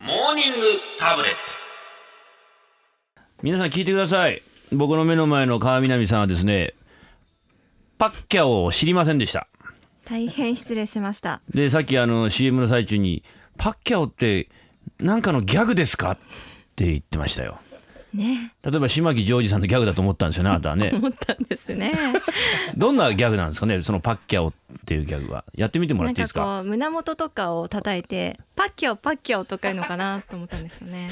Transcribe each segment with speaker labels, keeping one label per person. Speaker 1: ニングタブレット
Speaker 2: 皆さん聞いてください僕の目の前の川南さんはですねパッキャオを知りませんでした
Speaker 3: 大変失礼しました
Speaker 2: でさっきあの CM の最中に「パッキャオってなんかのギャグですか?」って言ってましたよ
Speaker 3: ね
Speaker 2: 例えば島木ジョージさんのギャグだと思ったんですよねあなたはね
Speaker 3: 思ったんですね
Speaker 2: どんなギャグなんですかねそのパッキャオっていうギャグはやってみてもら
Speaker 3: な
Speaker 2: っ
Speaker 3: ん
Speaker 2: ていいで
Speaker 3: か
Speaker 2: すか
Speaker 3: こう胸元とかを叩いてパッキャオパッキャオとかいうのかなと思ったんですよね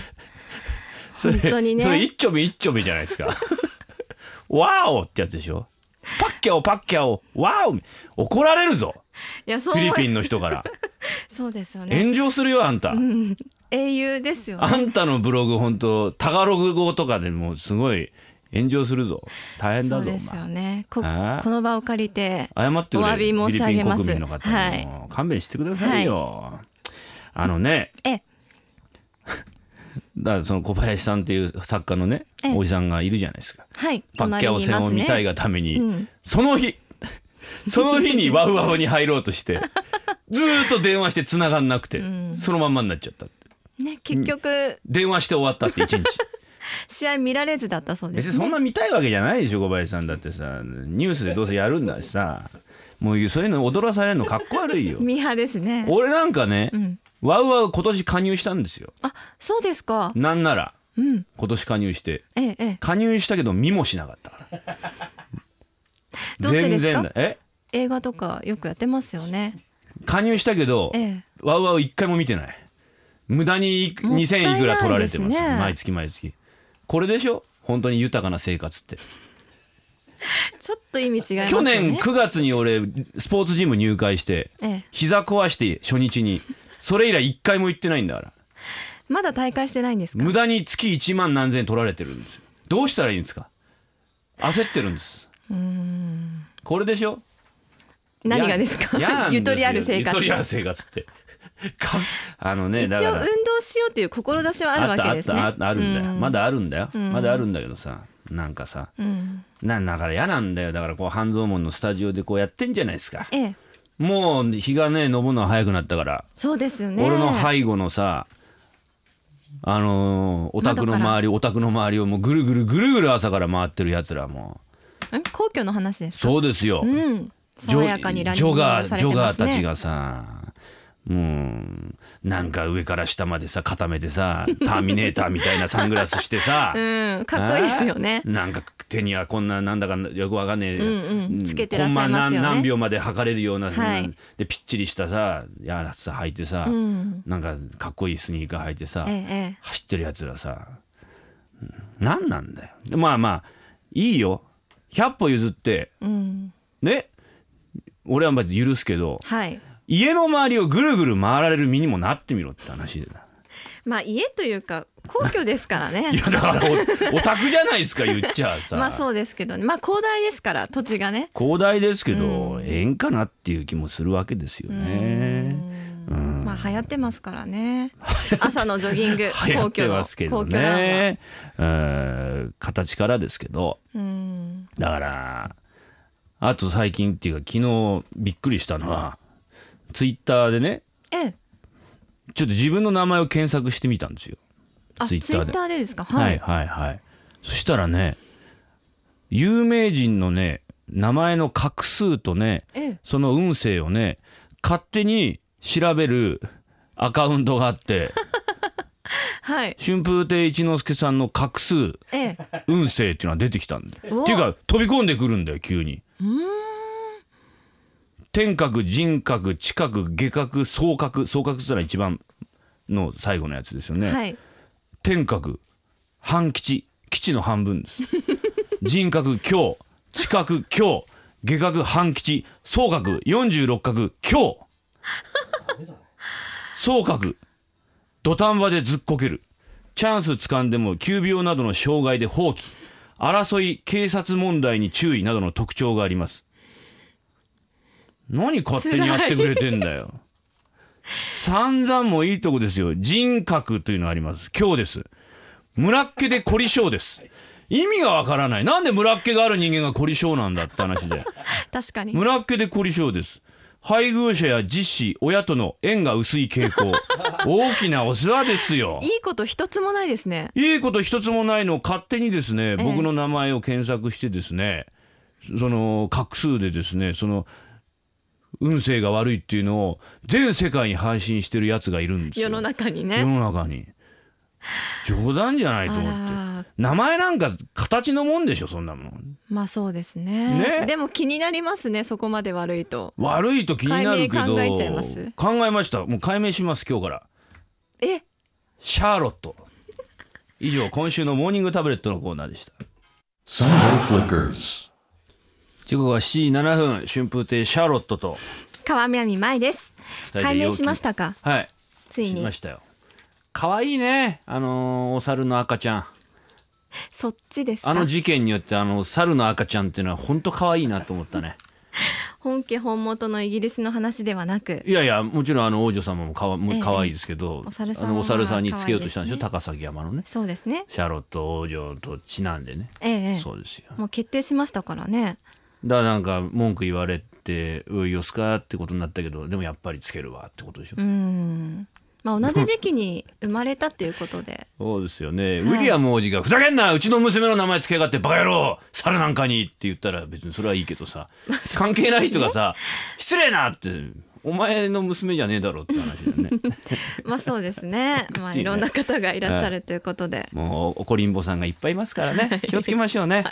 Speaker 2: それ
Speaker 3: 本当にね
Speaker 2: それ一丁目一丁目じゃないですか ワオってやつでしょパッキャオパッキャオワオ怒られるぞ
Speaker 3: いやそ
Speaker 2: フ
Speaker 3: う
Speaker 2: ィ
Speaker 3: 思い
Speaker 2: リピンの人から
Speaker 3: そうですよね
Speaker 2: 炎上するよあんた、
Speaker 3: 英雄ですよ
Speaker 2: あ
Speaker 3: ね
Speaker 2: んたのブログ本当タガログ語とかでもうすごい炎上するぞ大変だ
Speaker 3: そう
Speaker 2: ぞお
Speaker 3: で
Speaker 2: 前
Speaker 3: すよねこ
Speaker 2: あー
Speaker 3: この場を借りて
Speaker 2: 謝ってくれ
Speaker 3: お詫び申し上げます
Speaker 2: フィリピン国民の方にも、勘弁してくださいよ、あのね
Speaker 3: え
Speaker 2: だからその小林さんっていう作家のね
Speaker 3: ええ
Speaker 2: おじさんがいるじゃないですか
Speaker 3: はい
Speaker 2: パッキャ
Speaker 3: 隣
Speaker 2: オ
Speaker 3: にい
Speaker 2: 戦
Speaker 3: ま
Speaker 2: を
Speaker 3: す
Speaker 2: 見たい
Speaker 3: ね
Speaker 2: がために、
Speaker 3: うん
Speaker 2: その 日その日にワウワウに入ろうとしてずーっと電話して繋がんなくて、
Speaker 3: うん
Speaker 2: そのまんまになっちゃった
Speaker 3: ね結局
Speaker 2: 電話して終わったって一日
Speaker 3: 試合見られずだったそうで
Speaker 2: 別に
Speaker 3: す
Speaker 2: そん
Speaker 3: ね
Speaker 2: な見たいわけじゃないでしょ小林さんだってさニュースでどうせやるんだしさもうそういうの踊らされるのかっこ悪いよ
Speaker 3: ミーハーですね
Speaker 2: 俺なんかね、
Speaker 3: うん
Speaker 2: ワウワウ今年加入したんですよ
Speaker 3: あそうですか
Speaker 2: なんなら
Speaker 3: うん
Speaker 2: 今年加入して
Speaker 3: ええええ
Speaker 2: 加入したけど見もしなかったから
Speaker 3: どうしてですか
Speaker 2: だえ
Speaker 3: 映画とかよくやってますよね
Speaker 2: 加入したけど、
Speaker 3: ええ
Speaker 2: ワウワウ一回も見てない無駄に
Speaker 3: もったいない
Speaker 2: 2000いくら取られてます
Speaker 3: ですね
Speaker 2: 毎月毎月これでしょ本当に豊かな生活って、
Speaker 3: ちょっと意味違います
Speaker 2: 去
Speaker 3: よね
Speaker 2: 年9月に俺スポーツジム入会して、
Speaker 3: ええ
Speaker 2: 膝壊して初日にそれ以来一回も行ってないんだから
Speaker 3: まだ大会してないんですか
Speaker 2: 無駄に月1万何千円取られてるんですよどうしたらいいんですか焦ってるんですこれでしょ
Speaker 3: 何がですか
Speaker 2: いや嫌なんですよ
Speaker 3: ゆとりある生活
Speaker 2: ゆとり
Speaker 3: 一
Speaker 2: ある生活って かあのねだか
Speaker 3: 応運
Speaker 2: ら
Speaker 3: 動しようという志はあるわけですね
Speaker 2: あったあったああるんだよ
Speaker 3: うん
Speaker 2: まだあるんだよまだあるんだけどさなんかさ
Speaker 3: うん
Speaker 2: なだから嫌なんだよだからこう半蔵門のスタジオでこうやってんじゃないですか
Speaker 3: ええ
Speaker 2: もう日がね昇るの早くなったから
Speaker 3: そうですよね
Speaker 2: 俺の背後のさあのーお宅の
Speaker 3: 窓から
Speaker 2: 周りお宅の周りをもうぐるぐるぐるぐる朝から回ってるやつらも
Speaker 3: ん皇居の話です
Speaker 2: そうですよ、
Speaker 3: うん
Speaker 2: ジョ
Speaker 3: 爽やかにランニ
Speaker 2: ジ
Speaker 3: ン
Speaker 2: ョ
Speaker 3: グ
Speaker 2: ガ
Speaker 3: を
Speaker 2: ー
Speaker 3: さ
Speaker 2: ジ
Speaker 3: れ
Speaker 2: ョ
Speaker 3: てま
Speaker 2: ガー
Speaker 3: す
Speaker 2: たち
Speaker 3: ね
Speaker 2: がさもうなんか上から下までさ固めてさターミネーターみたいなサングラスしてさ、
Speaker 3: うんかっこいいですよね
Speaker 2: あーなんか手にはこんななんだかよくわかんねえ、
Speaker 3: うんうんつけてらっし
Speaker 2: コ
Speaker 3: ゃ
Speaker 2: ン
Speaker 3: い
Speaker 2: マ
Speaker 3: ますよね
Speaker 2: 何何秒まで測れるような、
Speaker 3: はい
Speaker 2: でぴっちりしたさやつ履いてさ、
Speaker 3: うん
Speaker 2: なんかかっこいいスニーカー履いてさ、
Speaker 3: えええ
Speaker 2: 走ってるやつらさ何なんだよでまあまあいいよ100歩譲って
Speaker 3: えうん
Speaker 2: ね俺はまず許すけど
Speaker 3: はい
Speaker 2: 家の周りをぐるぐる回られる身にもなってみろって話 だ
Speaker 3: まあ家というか皇居ですから
Speaker 2: い
Speaker 3: ね
Speaker 2: やだからおオタクじゃないですか言っちゃあさ
Speaker 3: まあそうですけどねまあ広大ですから土地がね
Speaker 2: 広大ですけど、
Speaker 3: うん
Speaker 2: ええんかなっていう気もするわけですよね。
Speaker 3: うんまあ流行ってますからね朝のジョギング
Speaker 2: 流行
Speaker 3: 皇
Speaker 2: って
Speaker 3: 居の
Speaker 2: ますけど
Speaker 3: 皇居ランは
Speaker 2: ね、うん形からですけど
Speaker 3: うん
Speaker 2: だからあと最近っていうか昨日びっくりしたのはツイッターでね
Speaker 3: ええ
Speaker 2: ちょっと自分の名前を検索してみたんですよ。
Speaker 3: あツイ
Speaker 2: Twitter で
Speaker 3: ッターでですかは、
Speaker 2: はいいはいはい。そしたらね有名人のね名前の画数とね
Speaker 3: ええ
Speaker 2: その運勢をね勝手に調べるアカウントがあ って。
Speaker 3: はい
Speaker 2: 春風亭一之輔さんの画数
Speaker 3: ええ
Speaker 2: 運勢っていうのは出てきたんだよ
Speaker 3: お
Speaker 2: っていうか飛び込んでくるんだよ急に天閣人閣地閣下閣総閣総閣ってのは一番の最後のやつですよね、
Speaker 3: はい
Speaker 2: 天閣半吉基地の半分 です人閣京地閣京下閣半吉総閣46閣京総閣土壇場でずっこけるチャンス掴んでも急病などの障害で放棄争い警察問題に注意などの特徴があります何勝手にやってくれてんだよ散々もいいとこですよ人格というのがあります今日です村っ気で凝り性です意味がわからないなんで村っ気がある人間が凝り性なんだって話で
Speaker 3: 確かに
Speaker 2: 村っ気で凝り性です配偶者や自死親との縁が薄い傾 向大きなお世話ですよ
Speaker 3: いいこと一つもないですね。
Speaker 2: いいこと一つもないのを勝手にですね、
Speaker 3: え
Speaker 2: 僕の名前を検索してですねその画数でですねその運勢が悪いっていうのを全世界に配信してるやつがいるんですよ
Speaker 3: 世の中に
Speaker 2: 世
Speaker 3: ね。
Speaker 2: の中に冗談じゃないと思って
Speaker 3: あら、
Speaker 2: 名前なんか形のもんでしょそんなもん
Speaker 3: まあそうですね
Speaker 2: ね
Speaker 3: でも気になりますね。そこまで悪いと。
Speaker 2: 悪いと気になるけど
Speaker 3: 解明考えちゃいます
Speaker 2: 考えましたもう解明します今日から
Speaker 3: え、
Speaker 2: シャーロット以上今週のモーニングタブレットのコーナーでした
Speaker 4: Sunday Flickers.
Speaker 2: 時刻は7時7分春風亭シャーロットと
Speaker 3: 川南舞です。
Speaker 2: 大体
Speaker 3: 解
Speaker 2: 陽
Speaker 3: 明
Speaker 2: 気
Speaker 3: しましたか。
Speaker 2: はい
Speaker 3: つい
Speaker 2: し
Speaker 3: に
Speaker 2: ま。したよ可愛いねあのーお猿の赤ちゃん
Speaker 3: そっちです
Speaker 2: あ
Speaker 3: か
Speaker 2: の。事件によってあの猿の赤ちゃんっていうのは本当可愛いなと思ったね
Speaker 3: 本家本元のイギリスの話ではなく。
Speaker 2: いやいやもちろんあの王女様もかわも
Speaker 3: ええ
Speaker 2: 可愛いですけど、
Speaker 3: お猿さん
Speaker 2: あ
Speaker 3: は
Speaker 2: のお猿さんにつけようとしたんでしょ、
Speaker 3: 可
Speaker 2: 高崎山のね
Speaker 3: そうですね。
Speaker 2: シャーロット王女とちなんでね、
Speaker 3: ええええ。
Speaker 2: そうですよ
Speaker 3: もう決定しましたからね。
Speaker 2: だからなんか文句言われて「ういよすか?」ってことになったけどでもやっぱりつけるわってことでしょ、
Speaker 3: うん。まあ同じ時期に生まれたっていうことで。
Speaker 2: そうですよね、ウィリアム王子が「ふざけんなうちの娘の名前つけやがってバカ野郎猿なんかに」って言ったら別にそれはいいけどさ、関係ない人がさ「失礼な!」って「お前の娘じゃねえだろ」って話だ よね
Speaker 3: まあそうです ね。まあ
Speaker 2: しいね
Speaker 3: いろんな方がいらっしゃるということで、
Speaker 2: もう怒りんぼさんがいっぱいいますからね気をつけましょうね、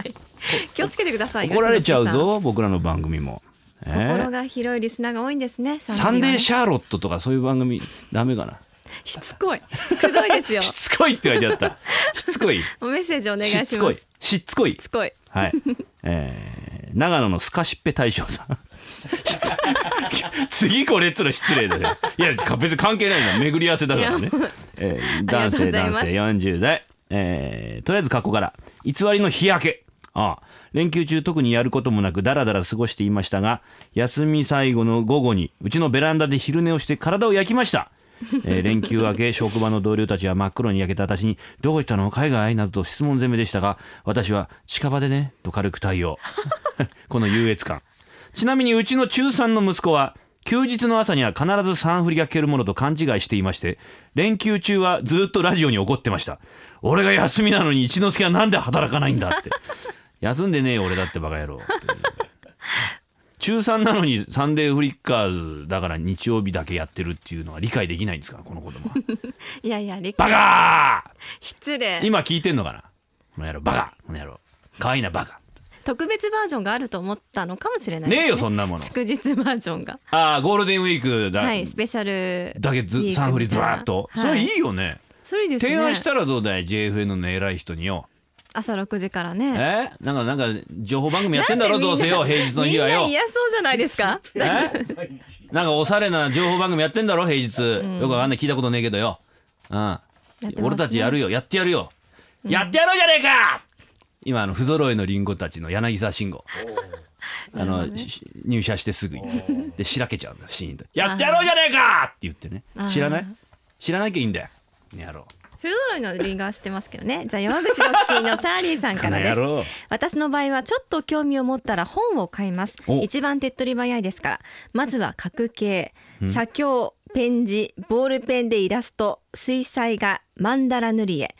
Speaker 3: 気をつけてください。
Speaker 2: 怒られちゃう
Speaker 3: ガチの
Speaker 2: ぞ僕らの番組も。え
Speaker 3: 皆さん。心
Speaker 2: ー
Speaker 3: が広いリスナーが多いんですね。
Speaker 2: サンデーシ
Speaker 3: ャ
Speaker 2: ャーロットとかそういう番組ダメかな
Speaker 3: しつこい。くどいで すよ
Speaker 2: し。つこいって言われちゃったしつこい
Speaker 3: もうメッセージ お願いし
Speaker 2: し
Speaker 3: ます。
Speaker 2: つこいしつこい
Speaker 3: しつこい。
Speaker 2: はい、えー、長野のスカシッペ大将さん しつ次これっつうの失礼だねいやか別に関係ないんだ巡り合わせだからね、えー
Speaker 3: ありが
Speaker 2: 男
Speaker 3: と
Speaker 2: 性
Speaker 3: うござい
Speaker 2: 男
Speaker 3: ます
Speaker 2: 性40代、えーとりあえず過去から偽りの日焼けああ連休中特にやることもなくダラダラ過ごしていましたが休み最後の午後にうちのベランダで昼寝をして体を焼きました、えー連休明け職場の同僚たちは真っ黒に焼けた私に「どこ行ったの海外?」などと質問攻めでしたが私は「近場でね」と軽く対応 この優越感ちなみにうちの中3の息子は休日の朝には必ずサンフリが聞けるものと勘違いしていまして連休中はずっとラジオに怒ってました俺が休みなのに一之輔はなんで働かないんだって休んでねえよ俺だってバカ野郎 中3なのにサンデーフリッカーズだから日曜日だけやってるっていうのは理解できないんですかこの子供は
Speaker 3: いやいや、理
Speaker 2: バ
Speaker 3: 解。
Speaker 2: カ
Speaker 3: 失礼。
Speaker 2: 今聞いてんのかなこの野郎バカこの野郎可愛いなバカ
Speaker 3: 特別バージョンがあると思ったのかもしれないです。
Speaker 2: ねえよそんなもの
Speaker 3: 祝日バージョンが。
Speaker 2: ああゴールデンウィークだ,、
Speaker 3: はい、スペシャル。
Speaker 2: だけずサンフリブラーっと、
Speaker 3: はい
Speaker 2: それいいよね
Speaker 3: それいいですね。
Speaker 2: 提案したらどうだい JFN の偉い人によ
Speaker 3: 朝6時からね。
Speaker 2: えなんかなんか情報番組やってんだろどうせよ平日の日は
Speaker 3: みん
Speaker 2: よ
Speaker 3: な嫌そうじゃないですか。
Speaker 2: え なんかおしゃれな情報番組やってんだろ平日、よくわかんない聞いたことねえけどよ、うん
Speaker 3: ますね
Speaker 2: 俺たちやるよやってやるよ、やってやろうじゃねえか今あの不揃いのリンゴたちの柳沢慎吾あの、し入社してすぐにでしらけちゃうんだシーンと「やってやろうじゃねえか!」って言ってね知らない知らなきゃいいんだよやろ
Speaker 3: フードロイのリンゴは知ってますけどね。じゃあ山口ロッキーのチャーリーさんからで
Speaker 2: この野郎
Speaker 3: す。私の場合はちょっと興味を持ったら本を買います。
Speaker 2: お
Speaker 3: 一番手っ取り早いですから。まずは角形、写経、ペン字、ボールペンでイラスト、水彩画、曼荼羅塗り絵、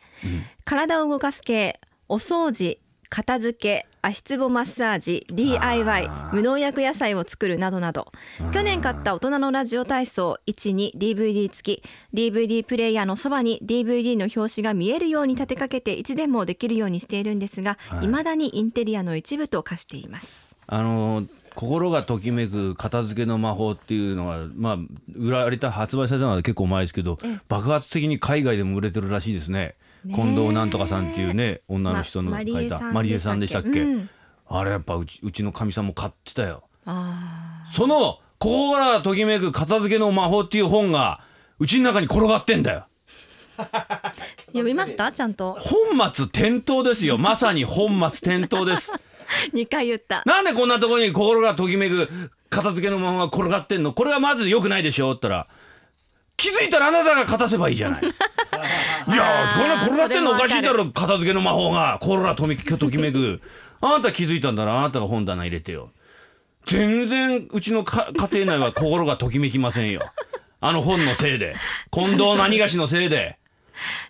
Speaker 3: 体を動かす系、お掃除、片付け、足つぼマッサージ、DIY
Speaker 2: あー、
Speaker 3: 無農薬野菜を作るなどなど去年買った大人のラジオ体操 12DVD 付き DVD プレイヤーのそばに DVD の表紙が見えるように立てかけていつでもできるようにしているんですが、
Speaker 2: はい
Speaker 3: い、未だにインテリアの一部と化しています
Speaker 2: うあの心がときめく片付けの魔法っていうのが、まあ、売られた発売されたのは結構前ですけど
Speaker 3: ええ
Speaker 2: 爆発的に海外でも売れてるらしいですね
Speaker 3: ねえ
Speaker 2: 近藤なんとかさんっていうね女の人の
Speaker 3: ま
Speaker 2: 書いた、
Speaker 3: マリエさん
Speaker 2: マリエさんでしたっけ、
Speaker 3: うん
Speaker 2: あれやっぱうちうちのかみさんも買ってたよ
Speaker 3: あ
Speaker 2: その心がときめく片付けの魔法っていう本がうちの中に転がってんだよ
Speaker 3: ー読みましたちゃん と
Speaker 2: 本末転倒ですよまさに本末転倒です
Speaker 3: 2回言った
Speaker 2: なんでこんなところに心がときめく片付けの魔法が転がってんのこれはまず良くないでしょって言ったら気づいたらあなたが勝たせばいいじゃ ないいやこんな転がってんのおかしいだろ片付けの魔法が心がときときめくあなた気づいたんだらあなたが本棚入れてよ全然うちのか家庭内は心がときめきませんよあの本のせいで近藤何がしのせいで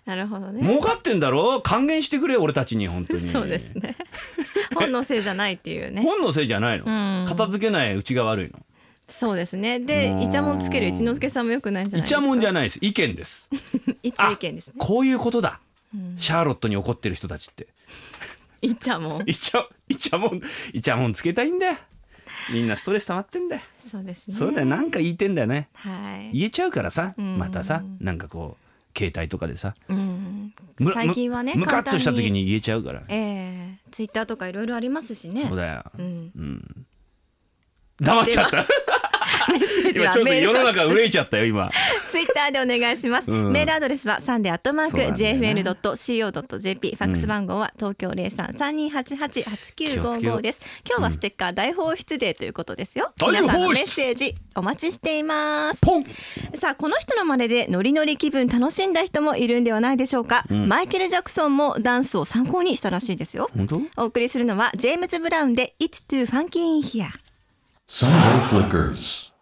Speaker 3: なるほどね
Speaker 2: 儲かってんだろ還元してくれ俺たちに本当に
Speaker 3: そうです ね本のせいじゃないっていうね
Speaker 2: 本のせいじゃないの、
Speaker 3: うん
Speaker 2: 片付けないうちが悪いの
Speaker 3: そうですねでイチャモンつける一之輔さんもよくないんじゃ
Speaker 2: イ
Speaker 3: ないです
Speaker 2: チャ
Speaker 3: か
Speaker 2: モンじゃないです意見です
Speaker 3: 一 意見ですね
Speaker 2: こういうことだ、シャーロットに怒ってる人たちって
Speaker 3: イチャモン
Speaker 2: イチャイチャモンイチャモンつけたいんだよみんなストレス溜まってんだよ、
Speaker 3: そうですね
Speaker 2: そうだよなんか言いてんだよね
Speaker 3: はい
Speaker 2: 言えちゃうからさ
Speaker 3: ん
Speaker 2: またさなんかこう携帯とかでさ
Speaker 3: うん
Speaker 2: む
Speaker 3: 最近はね
Speaker 2: むむかっ
Speaker 3: 簡単
Speaker 2: とした時に言えちゃうから
Speaker 3: ええツイッターとかいろいろありますしね
Speaker 2: そうだよ
Speaker 3: うん
Speaker 2: うん黙っちゃった
Speaker 3: メッセージ
Speaker 2: 今
Speaker 3: は
Speaker 2: ちょっと
Speaker 3: メー
Speaker 2: 世の
Speaker 3: ル
Speaker 2: 中憂いちゃったよ今
Speaker 3: ツイッターでお願いします。
Speaker 2: うん
Speaker 3: メールアドレスはサンデーアットマーク
Speaker 2: そうなんだよね
Speaker 3: jfn ドット co ドット jp。ファックス番号は東京零三三二八八八九
Speaker 2: 気を
Speaker 3: 五
Speaker 2: つけよ
Speaker 3: 五
Speaker 2: う
Speaker 3: です。今日はステッカー大放出デーということですよ。
Speaker 2: 大放出
Speaker 3: 皆さんのメッセージお待ちしています。
Speaker 2: ポン
Speaker 3: さあこの人の真似でノリノリ気分楽しんだ人もいるんではないでしょうか。マイケルジャクソンもダンスを参考にしたらしいですよ。
Speaker 2: 本当
Speaker 3: お送りするのはジェームズブラウンで It's too funky in here。
Speaker 4: Sunday Flickers.